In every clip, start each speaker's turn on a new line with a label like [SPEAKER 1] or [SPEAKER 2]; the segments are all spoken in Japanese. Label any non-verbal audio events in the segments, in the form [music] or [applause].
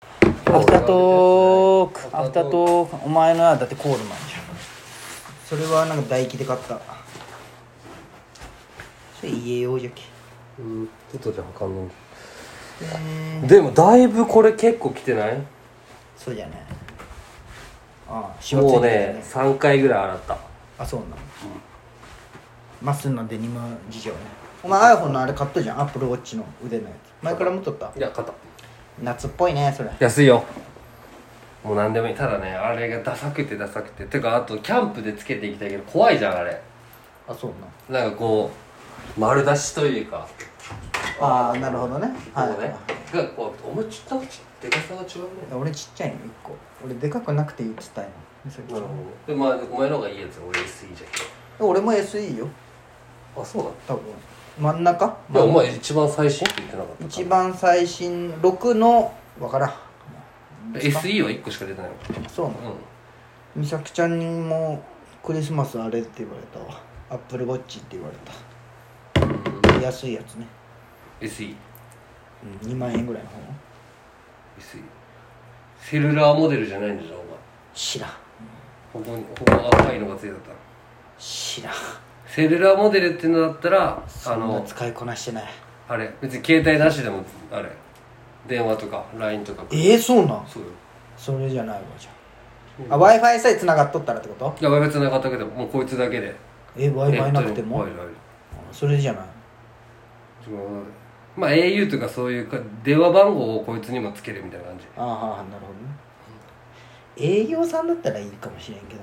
[SPEAKER 1] アフタートークアフタートークお前のはだってコールマンじゃん
[SPEAKER 2] それはなんか唾液で買ったそれ家用じゃけ
[SPEAKER 3] うんちょっとじゃあ他のでもだいぶこれ結構来てない
[SPEAKER 2] そうじゃないああ塩つい
[SPEAKER 3] もう
[SPEAKER 2] てる
[SPEAKER 3] ね3回ぐらい洗った
[SPEAKER 2] あそうなのまっすんのデニム事情ねお前 iPhone のあれ買ったじゃんアップルウォッチの腕のやつ前から持っとった
[SPEAKER 3] いや買った
[SPEAKER 2] 夏っぽいねそれ
[SPEAKER 3] 安いよもう何でもいいただねあれがダサくてダサくててかあとキャンプでつけていきたいけど怖いじゃんあれ
[SPEAKER 2] あそうなの
[SPEAKER 3] なんかこう丸出しというか
[SPEAKER 2] ああなるほどね
[SPEAKER 3] こ
[SPEAKER 2] はいう
[SPEAKER 3] ねがこうお前ちょっとでかさが違うね
[SPEAKER 2] 俺ちっちゃいの1個俺でかくなくていいっつったんやそれ
[SPEAKER 3] なるほどでまあお前の方がいいやつ俺 SE じゃ
[SPEAKER 2] 俺も SE よ
[SPEAKER 3] けどあそう
[SPEAKER 2] 多
[SPEAKER 3] だ
[SPEAKER 2] 分真ん中
[SPEAKER 3] いやお前一番最新って言ってなかった
[SPEAKER 2] 一番最新6のわからん
[SPEAKER 3] SE は1個しか出てないも
[SPEAKER 2] そうなの
[SPEAKER 3] んうん
[SPEAKER 2] 美咲ちゃんにもクリスマスあれって言われたわアップルウォッチって言われた安いやつね、
[SPEAKER 3] SE
[SPEAKER 2] うん、2万円ぐらいの方
[SPEAKER 3] SE セルラーモデルじゃないんでしょお
[SPEAKER 2] 知らん
[SPEAKER 3] 前ここにここ赤いのがついてた
[SPEAKER 2] 知らん
[SPEAKER 3] セルラーモデルっていうのだったらあ
[SPEAKER 2] あの
[SPEAKER 3] の
[SPEAKER 2] 使いこなしてない
[SPEAKER 3] あれ別に携帯なしでもあれ電話とか LINE とか
[SPEAKER 2] ええそうなん
[SPEAKER 3] そうよ
[SPEAKER 2] それじゃないわじゃあ,、w i f i さえ繋がっとったらってこと
[SPEAKER 3] いや w i f i 繋がったけどもうこいつだけで
[SPEAKER 2] え w i
[SPEAKER 3] ネ
[SPEAKER 2] f
[SPEAKER 3] ッ
[SPEAKER 2] i
[SPEAKER 3] ト
[SPEAKER 2] な
[SPEAKER 3] に
[SPEAKER 2] くても
[SPEAKER 3] はいはい
[SPEAKER 2] それじゃない
[SPEAKER 3] そのまあ au とかそういうか電話番号をこいつにもつけるみたいな感じ
[SPEAKER 2] ああなるほどね営業さんだったらいいかもしれんけど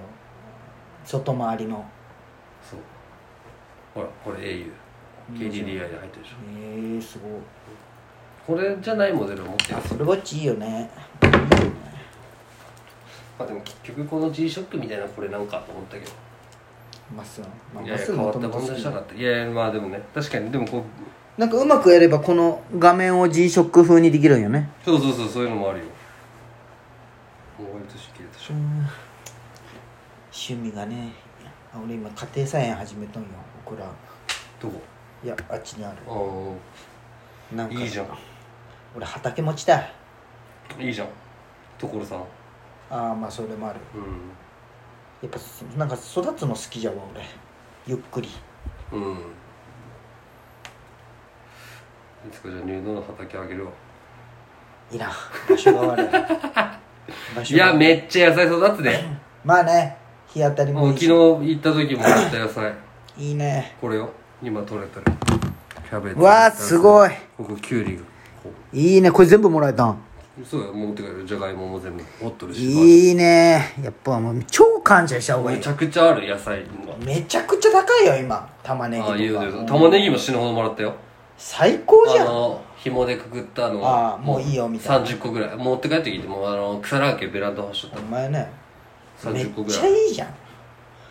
[SPEAKER 2] 外回りの
[SPEAKER 3] そうほらこれ auKDDI
[SPEAKER 2] いいじゃん
[SPEAKER 3] で入ってるでしょ
[SPEAKER 2] えー、すごい
[SPEAKER 3] これじゃないモデルを持ってる
[SPEAKER 2] ア
[SPEAKER 3] んです
[SPEAKER 2] ップ
[SPEAKER 3] よ
[SPEAKER 2] ルウォッチいいよね
[SPEAKER 3] まあでも結局この G-SHOCK みたいなこれなんかと思ったけど
[SPEAKER 2] まっすぐまあ
[SPEAKER 3] い
[SPEAKER 2] まっ
[SPEAKER 3] やいや
[SPEAKER 2] すぐ
[SPEAKER 3] 変
[SPEAKER 2] も
[SPEAKER 3] わっ
[SPEAKER 2] と
[SPEAKER 3] た
[SPEAKER 2] もと
[SPEAKER 3] も
[SPEAKER 2] 好
[SPEAKER 3] ん
[SPEAKER 2] き
[SPEAKER 3] じゃ
[SPEAKER 2] な
[SPEAKER 3] なかったいやいやまあでもね確かにでもこう
[SPEAKER 2] なんかうまくやればこの画面を G-SHOCK 風にできるんよね
[SPEAKER 3] そうそうそうそういうのもあるよもう割としきれたし
[SPEAKER 2] 趣味がねあ俺今家庭菜園始めとんよ僕ら
[SPEAKER 3] どこ
[SPEAKER 2] いやあっちにある
[SPEAKER 3] あ
[SPEAKER 2] なんか
[SPEAKER 3] あいいじゃん
[SPEAKER 2] 俺畑持ちだ
[SPEAKER 3] いいじゃん所さん
[SPEAKER 2] ああまあそれもある
[SPEAKER 3] う
[SPEAKER 2] やっぱそなんか育つの好きじゃわ俺ゆっくり
[SPEAKER 3] んうんいつかじゃあニュードの畑あげるわ
[SPEAKER 2] いらん場所が悪
[SPEAKER 3] [laughs]
[SPEAKER 2] い場
[SPEAKER 3] い
[SPEAKER 2] 所が
[SPEAKER 3] やめっちゃ野菜育つ
[SPEAKER 2] [laughs]
[SPEAKER 3] ね
[SPEAKER 2] まあね日当たり
[SPEAKER 3] も
[SPEAKER 2] も
[SPEAKER 3] う
[SPEAKER 2] いい
[SPEAKER 3] 昨
[SPEAKER 2] し
[SPEAKER 3] 日行った時も買った野菜
[SPEAKER 2] いいね
[SPEAKER 3] これよ今取れたらキャベツ
[SPEAKER 2] わあすごい
[SPEAKER 3] ここキュウリがこ
[SPEAKER 2] いいねこれ全部もらえたん
[SPEAKER 3] うそうよ持って帰るじゃがいもも全部持っとるし
[SPEAKER 2] いいねやっぱもう超感謝した方がい
[SPEAKER 3] め
[SPEAKER 2] い
[SPEAKER 3] ちゃくちゃある野菜が
[SPEAKER 2] めちゃくちゃ高いよ今玉ねぎ
[SPEAKER 3] ああいい
[SPEAKER 2] と
[SPEAKER 3] よ
[SPEAKER 2] か
[SPEAKER 3] いいよ
[SPEAKER 2] うん
[SPEAKER 3] 玉ねぎも死ぬほどもらったよ
[SPEAKER 2] 最高じ
[SPEAKER 3] あ
[SPEAKER 2] ゃん
[SPEAKER 3] の紐でくくったの
[SPEAKER 2] ああもういいよみたいな
[SPEAKER 3] 30個ぐらい持って帰ってきてもうあの草らけベランダ干しとった
[SPEAKER 2] お前ねめっ
[SPEAKER 3] 30個ぐ
[SPEAKER 2] ち
[SPEAKER 3] ら
[SPEAKER 2] ゃ
[SPEAKER 3] い
[SPEAKER 2] いいじゃん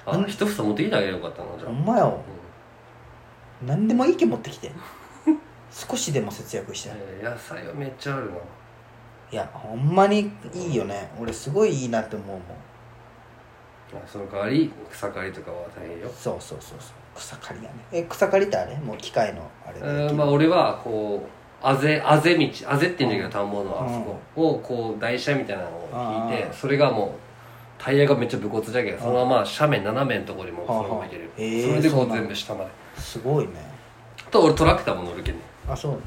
[SPEAKER 3] あ一房持ってきてあげればよかったなじゃ
[SPEAKER 2] ほ
[SPEAKER 3] あ
[SPEAKER 2] んまよ何でもいいけ持ってきて少しでも節約して
[SPEAKER 3] えー野菜はめっちゃあるない
[SPEAKER 2] やほんまにいいよね俺すごいいいなって思うもん
[SPEAKER 3] あその代わり草刈りとかは大変よ
[SPEAKER 2] そうそうそうそう草刈りがねえ草刈りってあれもう機械のあれで
[SPEAKER 3] えーまあ俺はこうあぜあぜ道あぜって言うんだけど田んぼのあそこをこう台車みたいなのを引い
[SPEAKER 2] あ
[SPEAKER 3] て
[SPEAKER 2] あ
[SPEAKER 3] それがもうタイヤがめっちゃ武骨じゃけどそのまま斜面斜めのところにもうそのまま行ける
[SPEAKER 2] はあはあえー
[SPEAKER 3] それでこ
[SPEAKER 2] そうな
[SPEAKER 3] う
[SPEAKER 2] んだ
[SPEAKER 3] 全部下まです
[SPEAKER 2] ごいね
[SPEAKER 3] あと俺トラクターも乗るけんね
[SPEAKER 2] あそう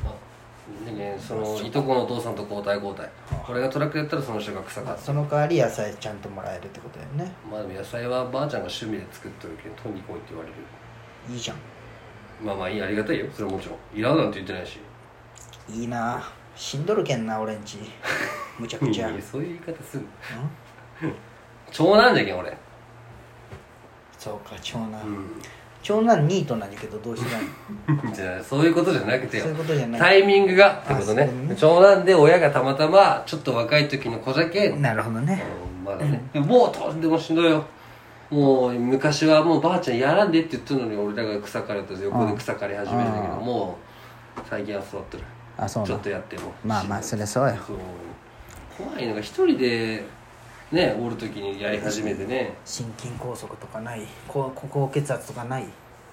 [SPEAKER 3] でねそのいとこのお父さんと交代交代俺がトラックやったらその人が草刈
[SPEAKER 2] あ
[SPEAKER 3] って
[SPEAKER 2] その代わり野菜ちゃんともらえるってことだよね
[SPEAKER 3] まあでも野菜はばあちゃんが趣味で作っとるけど取りに来いって言われる
[SPEAKER 2] いいじゃん
[SPEAKER 3] まあまあいいありがたいよそれはもちろんいらんなんて言ってないし
[SPEAKER 2] いいなしんどるけんな俺ん [laughs] ちむちゃくちゃ
[SPEAKER 3] い
[SPEAKER 2] ん
[SPEAKER 3] や [laughs] そういう言い方する長男じゃけん俺
[SPEAKER 2] そうか長男、
[SPEAKER 3] う
[SPEAKER 2] 長男ニートなんだけどどうしたん
[SPEAKER 3] んじゃあそういうことじゃなくてよ
[SPEAKER 2] そういうことじゃない
[SPEAKER 3] タイミングがってこと
[SPEAKER 2] あ
[SPEAKER 3] ね
[SPEAKER 2] そうね
[SPEAKER 3] 長男で親がたまたまちょっと若い時の子じゃけん
[SPEAKER 2] なるほどね
[SPEAKER 3] うんまだね、もうとんでもしんどいよもう昔はもうばあちゃんやらんでって言ってたのに俺らが草刈りと横で草刈り始めるんだけど
[SPEAKER 2] うん
[SPEAKER 3] もう最近は座ってる
[SPEAKER 2] あそう
[SPEAKER 3] ちょ
[SPEAKER 2] な
[SPEAKER 3] っとやっても
[SPEAKER 2] まあまあそりゃそうよ
[SPEAKER 3] そう怖いのが一人でねおる時にやり始めてね
[SPEAKER 2] 心筋梗塞とかない高高血圧とかない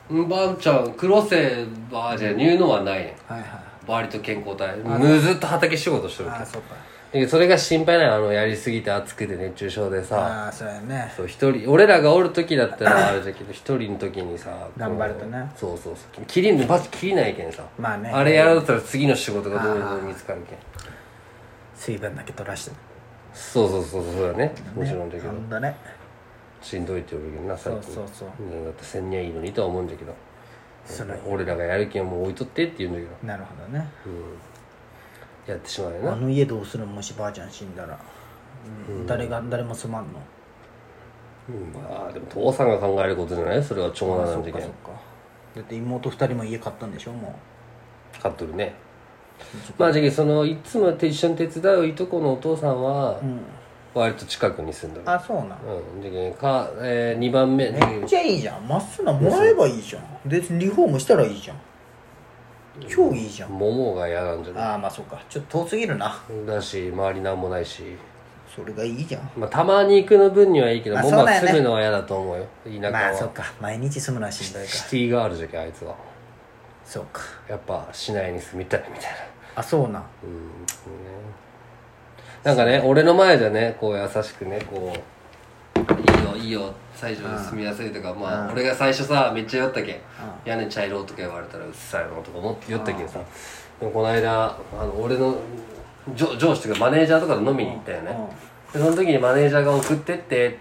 [SPEAKER 3] うんばあちゃん黒瀬ばあじゃニューノはないね
[SPEAKER 2] はいはい
[SPEAKER 3] バリと健康体もうずっと畑仕事してる
[SPEAKER 2] あ
[SPEAKER 3] わ
[SPEAKER 2] あ
[SPEAKER 3] け
[SPEAKER 2] そうか
[SPEAKER 3] けどそれが心配なのあのやりすぎて暑くて熱中症でさ
[SPEAKER 2] ああそうやね
[SPEAKER 3] そう一人俺らがおる時だったらあれだけど一人の時にさこう
[SPEAKER 2] 頑張るとね
[SPEAKER 3] そうそうそう切りんバチ切りないけんさ
[SPEAKER 2] まあね
[SPEAKER 3] あれやらんだったら次の仕事がどうにも見つかるけん
[SPEAKER 2] 水分だけ取らして
[SPEAKER 3] そうそうそうそうだねもちろんだけど
[SPEAKER 2] ほんとね
[SPEAKER 3] しんどいって言うけどな最近
[SPEAKER 2] そうそう
[SPEAKER 3] そうだって千人はいいのにとは思うんだけど
[SPEAKER 2] それ
[SPEAKER 3] 俺らがやる気はもう置いとってって言うんだけ
[SPEAKER 2] なるほどね
[SPEAKER 3] ど、うん、やってしまうよ
[SPEAKER 2] あ
[SPEAKER 3] な
[SPEAKER 2] の家どうするんもしばあちゃん死んだら、誰が誰も住まんの
[SPEAKER 3] うんまあでも父さんが考えることじゃないそれは長男な
[SPEAKER 2] そ
[SPEAKER 3] んじ
[SPEAKER 2] っ
[SPEAKER 3] ゃ
[SPEAKER 2] か
[SPEAKER 3] け
[SPEAKER 2] そっ
[SPEAKER 3] ん
[SPEAKER 2] かだって妹二人も家買ったんでしょも
[SPEAKER 3] 買っとるねまあじゃけんそのいつも一緒に手伝ういとこのお父さんは
[SPEAKER 2] う、うん、
[SPEAKER 3] 割と近くに住んどる
[SPEAKER 2] あそうなん
[SPEAKER 3] うんじゃけんか、えー、2番目
[SPEAKER 2] めっちゃいいじゃんまっすぐなもらえばいいじゃんでリフォームしたらいいじゃん超いいじゃん
[SPEAKER 3] 桃が嫌なんじゃな
[SPEAKER 2] ああまあそうかちょっと遠すぎるない
[SPEAKER 3] だし周りなんもないし、
[SPEAKER 2] それがいいじゃん
[SPEAKER 3] まあ、たまに行くの分にはいいけど
[SPEAKER 2] まあ
[SPEAKER 3] 桃
[SPEAKER 2] そうだ
[SPEAKER 3] は
[SPEAKER 2] よね
[SPEAKER 3] 住むのは嫌だと思うよ田舎
[SPEAKER 2] まあそ
[SPEAKER 3] は
[SPEAKER 2] っか毎日住むのはしんどいか
[SPEAKER 3] シティガールじゃけんあいつは
[SPEAKER 2] そうか
[SPEAKER 3] やっぱ市内に住みたいみたいな
[SPEAKER 2] あそうなん
[SPEAKER 3] うんねなんかね俺の前でねこう優しくねこう「いいよいいよ最初住みやすい」とか、まあ俺が最初さめっちゃ酔ったけん「屋根茶色」とか言われたら「うっさいの」とか思って酔ったけんさでもこの間あの俺の上上司というかマネージャーとかと飲みに行ったよね、でその時にマネージャーが送ってってって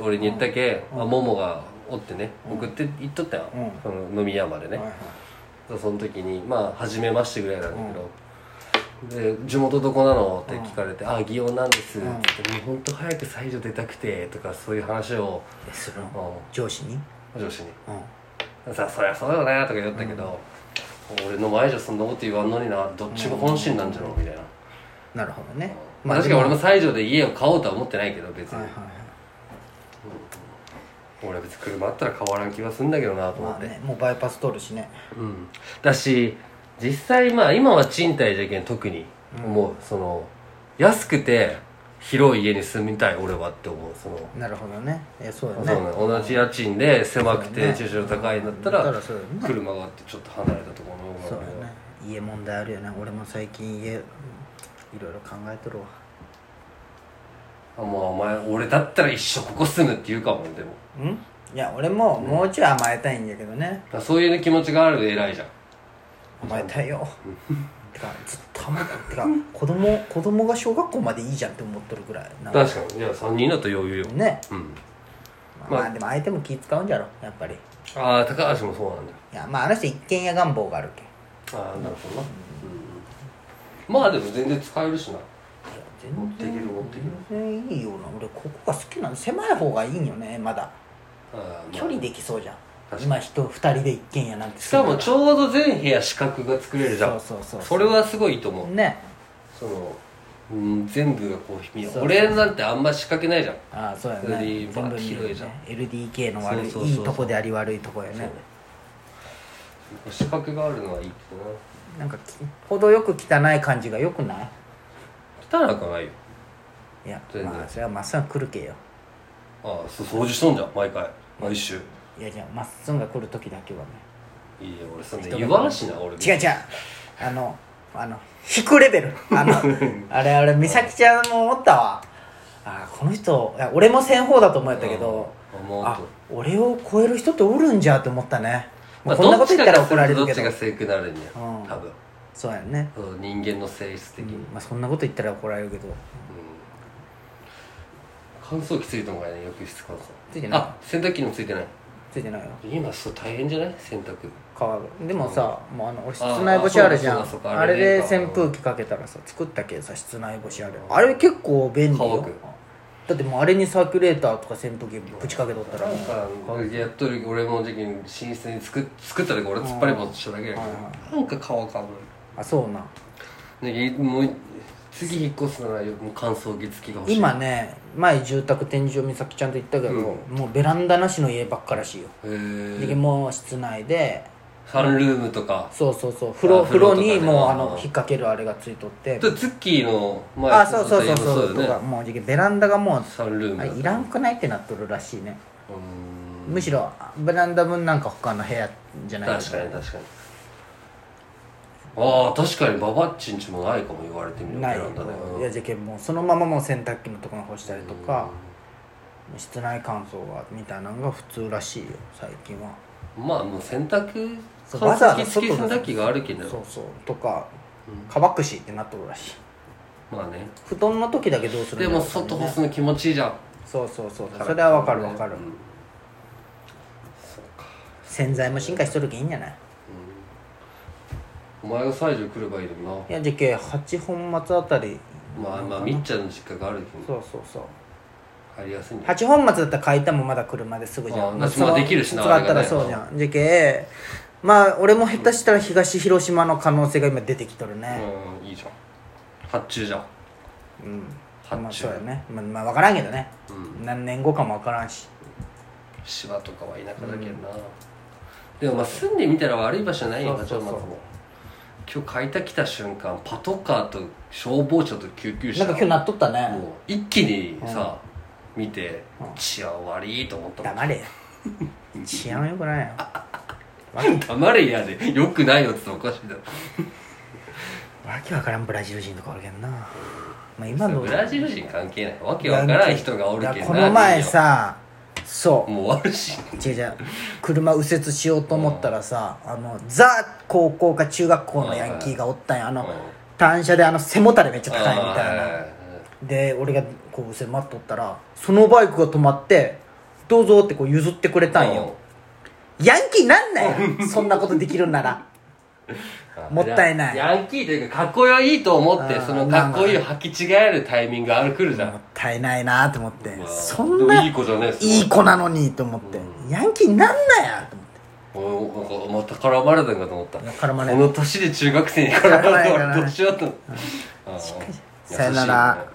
[SPEAKER 3] 俺に言ったけ、ん、あモモがおってね送って行っとったよ、
[SPEAKER 2] うん
[SPEAKER 3] その飲み屋までね、
[SPEAKER 2] はいはい
[SPEAKER 3] その時にまあ初めましてぐらいなんだけど、で「地元どこなの?」って聞かれて「あ祇園なんです」って言って「もうほんと早く西条出たくて」とかそういう話を
[SPEAKER 2] えそれ
[SPEAKER 3] あの
[SPEAKER 2] 上司に
[SPEAKER 3] 上司に
[SPEAKER 2] うん
[SPEAKER 3] 「さそりゃそうよね」とか言ったけど、俺の前じゃそんなこと言わんのになどっちが本心なんじゃろう」みたいな、
[SPEAKER 2] なるほどね
[SPEAKER 3] まあ、確かに俺も西条で家を買おうとは思ってないけど別に、
[SPEAKER 2] はいはいはい
[SPEAKER 3] 俺は別に車あったら変わらん気がするんだけどなと思
[SPEAKER 2] ま
[SPEAKER 3] っ
[SPEAKER 2] あ
[SPEAKER 3] て、
[SPEAKER 2] ねもうバイパス通るしね
[SPEAKER 3] うん、だし実際まあ今は賃貸じゃけん特に、もうその安くて広い家に住みたい俺はって思うその、
[SPEAKER 2] なるほどねえそうよ
[SPEAKER 3] そう
[SPEAKER 2] ね
[SPEAKER 3] ね、同じ家賃で狭く
[SPEAKER 2] そう
[SPEAKER 3] て
[SPEAKER 2] ね
[SPEAKER 3] 駐車場高いんだった
[SPEAKER 2] だかららそうよね
[SPEAKER 3] 車があってちょっと離れたところの
[SPEAKER 2] そう
[SPEAKER 3] 方
[SPEAKER 2] よ
[SPEAKER 3] が
[SPEAKER 2] ね家問題あるよね俺も最近家うんいろいろ考えとるわ
[SPEAKER 3] あもうお前俺だったら一生ここ住むって言うかもでも
[SPEAKER 2] うんいや俺ももうちょい甘えたいんだけどね
[SPEAKER 3] だからそういう気持ちがあるで偉いじゃん
[SPEAKER 2] 甘えたいよてかずっと甘えたいてか子供子供が小学校までいいじゃんって思っとるぐらいな
[SPEAKER 3] 確かにいや3人だと余裕よ、
[SPEAKER 2] ね
[SPEAKER 3] うん、
[SPEAKER 2] まあ、まあでも相手も気使うんじゃろやっぱりい
[SPEAKER 3] ああ高橋もそうなんだよ
[SPEAKER 2] やまああの人一軒家願望があるけん
[SPEAKER 3] ああなるほどな、うん、まあでも全然使えるしない
[SPEAKER 2] や
[SPEAKER 3] 持っ
[SPEAKER 2] 全
[SPEAKER 3] ていける
[SPEAKER 2] 然
[SPEAKER 3] 持っていける
[SPEAKER 2] 全然いいよな俺ここが好きなの狭い方がいいんよねまだ
[SPEAKER 3] あー
[SPEAKER 2] 距離できそうじゃん
[SPEAKER 3] 確かに
[SPEAKER 2] 今人2人で一軒家なんて
[SPEAKER 3] しかもち
[SPEAKER 2] ょ
[SPEAKER 3] ょうど全部屋四角が作れるじゃん
[SPEAKER 2] そうそうそう
[SPEAKER 3] それはすごいと思う
[SPEAKER 2] ね
[SPEAKER 3] その、うん、全部がこう見え
[SPEAKER 2] そう
[SPEAKER 3] 俺なんてあんま仕掛けないじゃん
[SPEAKER 2] ああそうやね
[SPEAKER 3] それでバーッて
[SPEAKER 2] 見える
[SPEAKER 3] 広い
[SPEAKER 2] ね
[SPEAKER 3] じゃん
[SPEAKER 2] LDK の悪い
[SPEAKER 3] そうそうそうそう
[SPEAKER 2] いいとこであり悪いとこやね
[SPEAKER 3] 四角があるのはいいけ
[SPEAKER 2] なんかき程よく汚い感じがよくない
[SPEAKER 3] どな汚くはないよ
[SPEAKER 2] いや
[SPEAKER 3] 全然
[SPEAKER 2] まあそれはまっすぐ来るけよ
[SPEAKER 3] ああそう掃除しとんじゃん毎回毎週
[SPEAKER 2] いやじゃあまっすぐが来る時だけはね
[SPEAKER 3] いいよ俺そんな言わんしな俺
[SPEAKER 2] 違う違うあのあの引くレベルあ
[SPEAKER 3] [laughs]
[SPEAKER 2] のあれあれ美咲ちゃんも思ったわあーこの人いや俺も先方だと思ったけど
[SPEAKER 3] あ思うと
[SPEAKER 2] あ俺を超える人っておるんじゃって思ったね、
[SPEAKER 3] まあ
[SPEAKER 2] こんなこと言ったら
[SPEAKER 3] どち
[SPEAKER 2] 怒
[SPEAKER 3] が
[SPEAKER 2] られる
[SPEAKER 3] ど
[SPEAKER 2] け
[SPEAKER 3] っち
[SPEAKER 2] ど
[SPEAKER 3] が正くなるんや
[SPEAKER 2] うん
[SPEAKER 3] 多分
[SPEAKER 2] そうやね、
[SPEAKER 3] そう人間の性質的に、
[SPEAKER 2] まあ、そんなこと言ったら怒られるけど
[SPEAKER 3] 乾燥機ついたのがいいね浴室乾燥
[SPEAKER 2] ついてない
[SPEAKER 3] あ洗濯機にもついてない
[SPEAKER 2] ついてないよ
[SPEAKER 3] 今そう大変じゃない洗濯
[SPEAKER 2] 川がでもさ、もうあの俺室
[SPEAKER 3] あ
[SPEAKER 2] 内干しあるじゃん
[SPEAKER 3] あ
[SPEAKER 2] あ
[SPEAKER 3] そうかそうかあれ
[SPEAKER 2] れ
[SPEAKER 3] で
[SPEAKER 2] で
[SPEAKER 3] か
[SPEAKER 2] 扇風機かけたらさ作ったけどさ室内干しあるあれ結構便利
[SPEAKER 3] 乾
[SPEAKER 2] よ
[SPEAKER 3] く
[SPEAKER 2] だってもうあれにサーキュレーターとか扇風機ぶちかけとったらもう
[SPEAKER 3] なんかやっとる俺も時期に寝室に作っ作った時俺突っ張り棒としただけやけど
[SPEAKER 2] はい
[SPEAKER 3] なんか乾かん
[SPEAKER 2] あそうなん
[SPEAKER 3] のねもう次引っ越すならもう乾燥機付きが欲しい
[SPEAKER 2] 今
[SPEAKER 3] へ
[SPEAKER 2] ね前住宅展示場美咲ちゃんと行ったけど、
[SPEAKER 3] う
[SPEAKER 2] もうベランダなしの家ばっからしいよ、で
[SPEAKER 3] え
[SPEAKER 2] もう室内で
[SPEAKER 3] サンルームとか
[SPEAKER 2] そうそうそう風呂風呂
[SPEAKER 3] 風呂
[SPEAKER 2] に
[SPEAKER 3] とか
[SPEAKER 2] も
[SPEAKER 3] ね
[SPEAKER 2] うあ
[SPEAKER 3] あー
[SPEAKER 2] の引っ掛けるあれがついとって
[SPEAKER 3] でツッキーの前
[SPEAKER 2] あそうそうそうそう
[SPEAKER 3] だ
[SPEAKER 2] と
[SPEAKER 3] よ
[SPEAKER 2] か
[SPEAKER 3] ね
[SPEAKER 2] もうじゃけベランダがもう
[SPEAKER 3] サンルーム
[SPEAKER 2] あ
[SPEAKER 3] だ
[SPEAKER 2] いらんくないってなっとるらしいね
[SPEAKER 3] うーん
[SPEAKER 2] むしろベランダ分なんか他の部屋じゃない
[SPEAKER 3] 確かに確かにああ確かにババッチんちもないかも言われてみれば
[SPEAKER 2] ない
[SPEAKER 3] ベランダねうん
[SPEAKER 2] いやじゃけんもうそのままもう洗濯機のところに干したりとか、室内乾燥がみたいなのが普通らしいよ最近は
[SPEAKER 3] まあもう洗濯
[SPEAKER 2] そう
[SPEAKER 3] 乾
[SPEAKER 2] わざわ
[SPEAKER 3] 燥
[SPEAKER 2] ざ
[SPEAKER 3] 機付き洗濯機があるけど
[SPEAKER 2] そうそうとか
[SPEAKER 3] うん
[SPEAKER 2] 乾くしってなっとるらしい
[SPEAKER 3] まあね
[SPEAKER 2] 布団の時だけどうする
[SPEAKER 3] で
[SPEAKER 2] んだ
[SPEAKER 3] も
[SPEAKER 2] ろうね
[SPEAKER 3] 外干すの気持ちいいじゃん
[SPEAKER 2] そうそうそうそうそれはわかるわかる、
[SPEAKER 3] うん
[SPEAKER 2] 洗剤も進化しとるけんいいんじゃない
[SPEAKER 3] お前が西条来ればいいのにない
[SPEAKER 2] やじゃけ八本松あたり
[SPEAKER 3] まあまあみっちゃんの実家があるけど
[SPEAKER 2] そうそうそう
[SPEAKER 3] 入りやすいんじゃない
[SPEAKER 2] 八本松だったら買いたもまだ車ですぐじゃ
[SPEAKER 3] あ
[SPEAKER 2] ん
[SPEAKER 3] まあ
[SPEAKER 2] その
[SPEAKER 3] まあできるしな
[SPEAKER 2] そこだった
[SPEAKER 3] あれが
[SPEAKER 2] ら
[SPEAKER 3] ね
[SPEAKER 2] そうじゃんじゃけまあ俺も下手したら東広島の可能性が今出てきとるね
[SPEAKER 3] うんいいじゃん発注じゃん
[SPEAKER 2] うん
[SPEAKER 3] 発注
[SPEAKER 2] まあそうやねまあ、まあ、分からんけどね、
[SPEAKER 3] うん
[SPEAKER 2] 何年後かも分からんし
[SPEAKER 3] 芝とかは田舎だけどな、でもまあ住んでみたら悪い場所じゃないよ
[SPEAKER 2] そうそうそう
[SPEAKER 3] 八王子も今日買いた来た瞬間パトカーと消防車と救急
[SPEAKER 2] な
[SPEAKER 3] 車
[SPEAKER 2] んか今日なっとったね
[SPEAKER 3] もう一気にさ、見て治安悪いと思ったもん
[SPEAKER 2] 黙れよ治安よくないよ
[SPEAKER 3] 黙れやでよくないよって言ったらおかしいだろ
[SPEAKER 2] わけわからんブラジル人とかおるけんなまあ今の
[SPEAKER 3] ブラジル人関係ないわけわからん人がおる
[SPEAKER 2] い
[SPEAKER 3] け
[SPEAKER 2] や
[SPEAKER 3] ん
[SPEAKER 2] こ
[SPEAKER 3] な
[SPEAKER 2] の前さそ
[SPEAKER 3] もう
[SPEAKER 2] [laughs]
[SPEAKER 3] 悪し
[SPEAKER 2] う違う違う車右折しようと思ったらさあのザ高校か中学校のヤンキーがおったんやあ
[SPEAKER 3] うん
[SPEAKER 2] の単車であの背もたれめっちゃ高いみたい
[SPEAKER 3] あ
[SPEAKER 2] な
[SPEAKER 3] ー
[SPEAKER 2] で俺がこう右折待っとったらそのバイクが止まって「どうぞ」ってこう譲ってくれたんよヤンキーなんなよそんなことできるんならもったいない
[SPEAKER 3] ヤンキーというかかっこよいと思って
[SPEAKER 2] うん
[SPEAKER 3] そのかっこいいを履き違えるタイミングがあるくるじゃ
[SPEAKER 2] も
[SPEAKER 3] ん
[SPEAKER 2] ったいないなと思って
[SPEAKER 3] まあ
[SPEAKER 2] そんな
[SPEAKER 3] でもいい子じゃねえすご
[SPEAKER 2] いい子なのにと思ってヤンキーなんなやと思って
[SPEAKER 3] おなんかまた絡まれたんかと思った
[SPEAKER 2] いや絡まれ
[SPEAKER 3] この年で中学生に絡まれた
[SPEAKER 2] 絡まれ
[SPEAKER 3] ら
[SPEAKER 2] た
[SPEAKER 3] どうしようと思ったあー
[SPEAKER 2] さよなら
[SPEAKER 3] 優しいね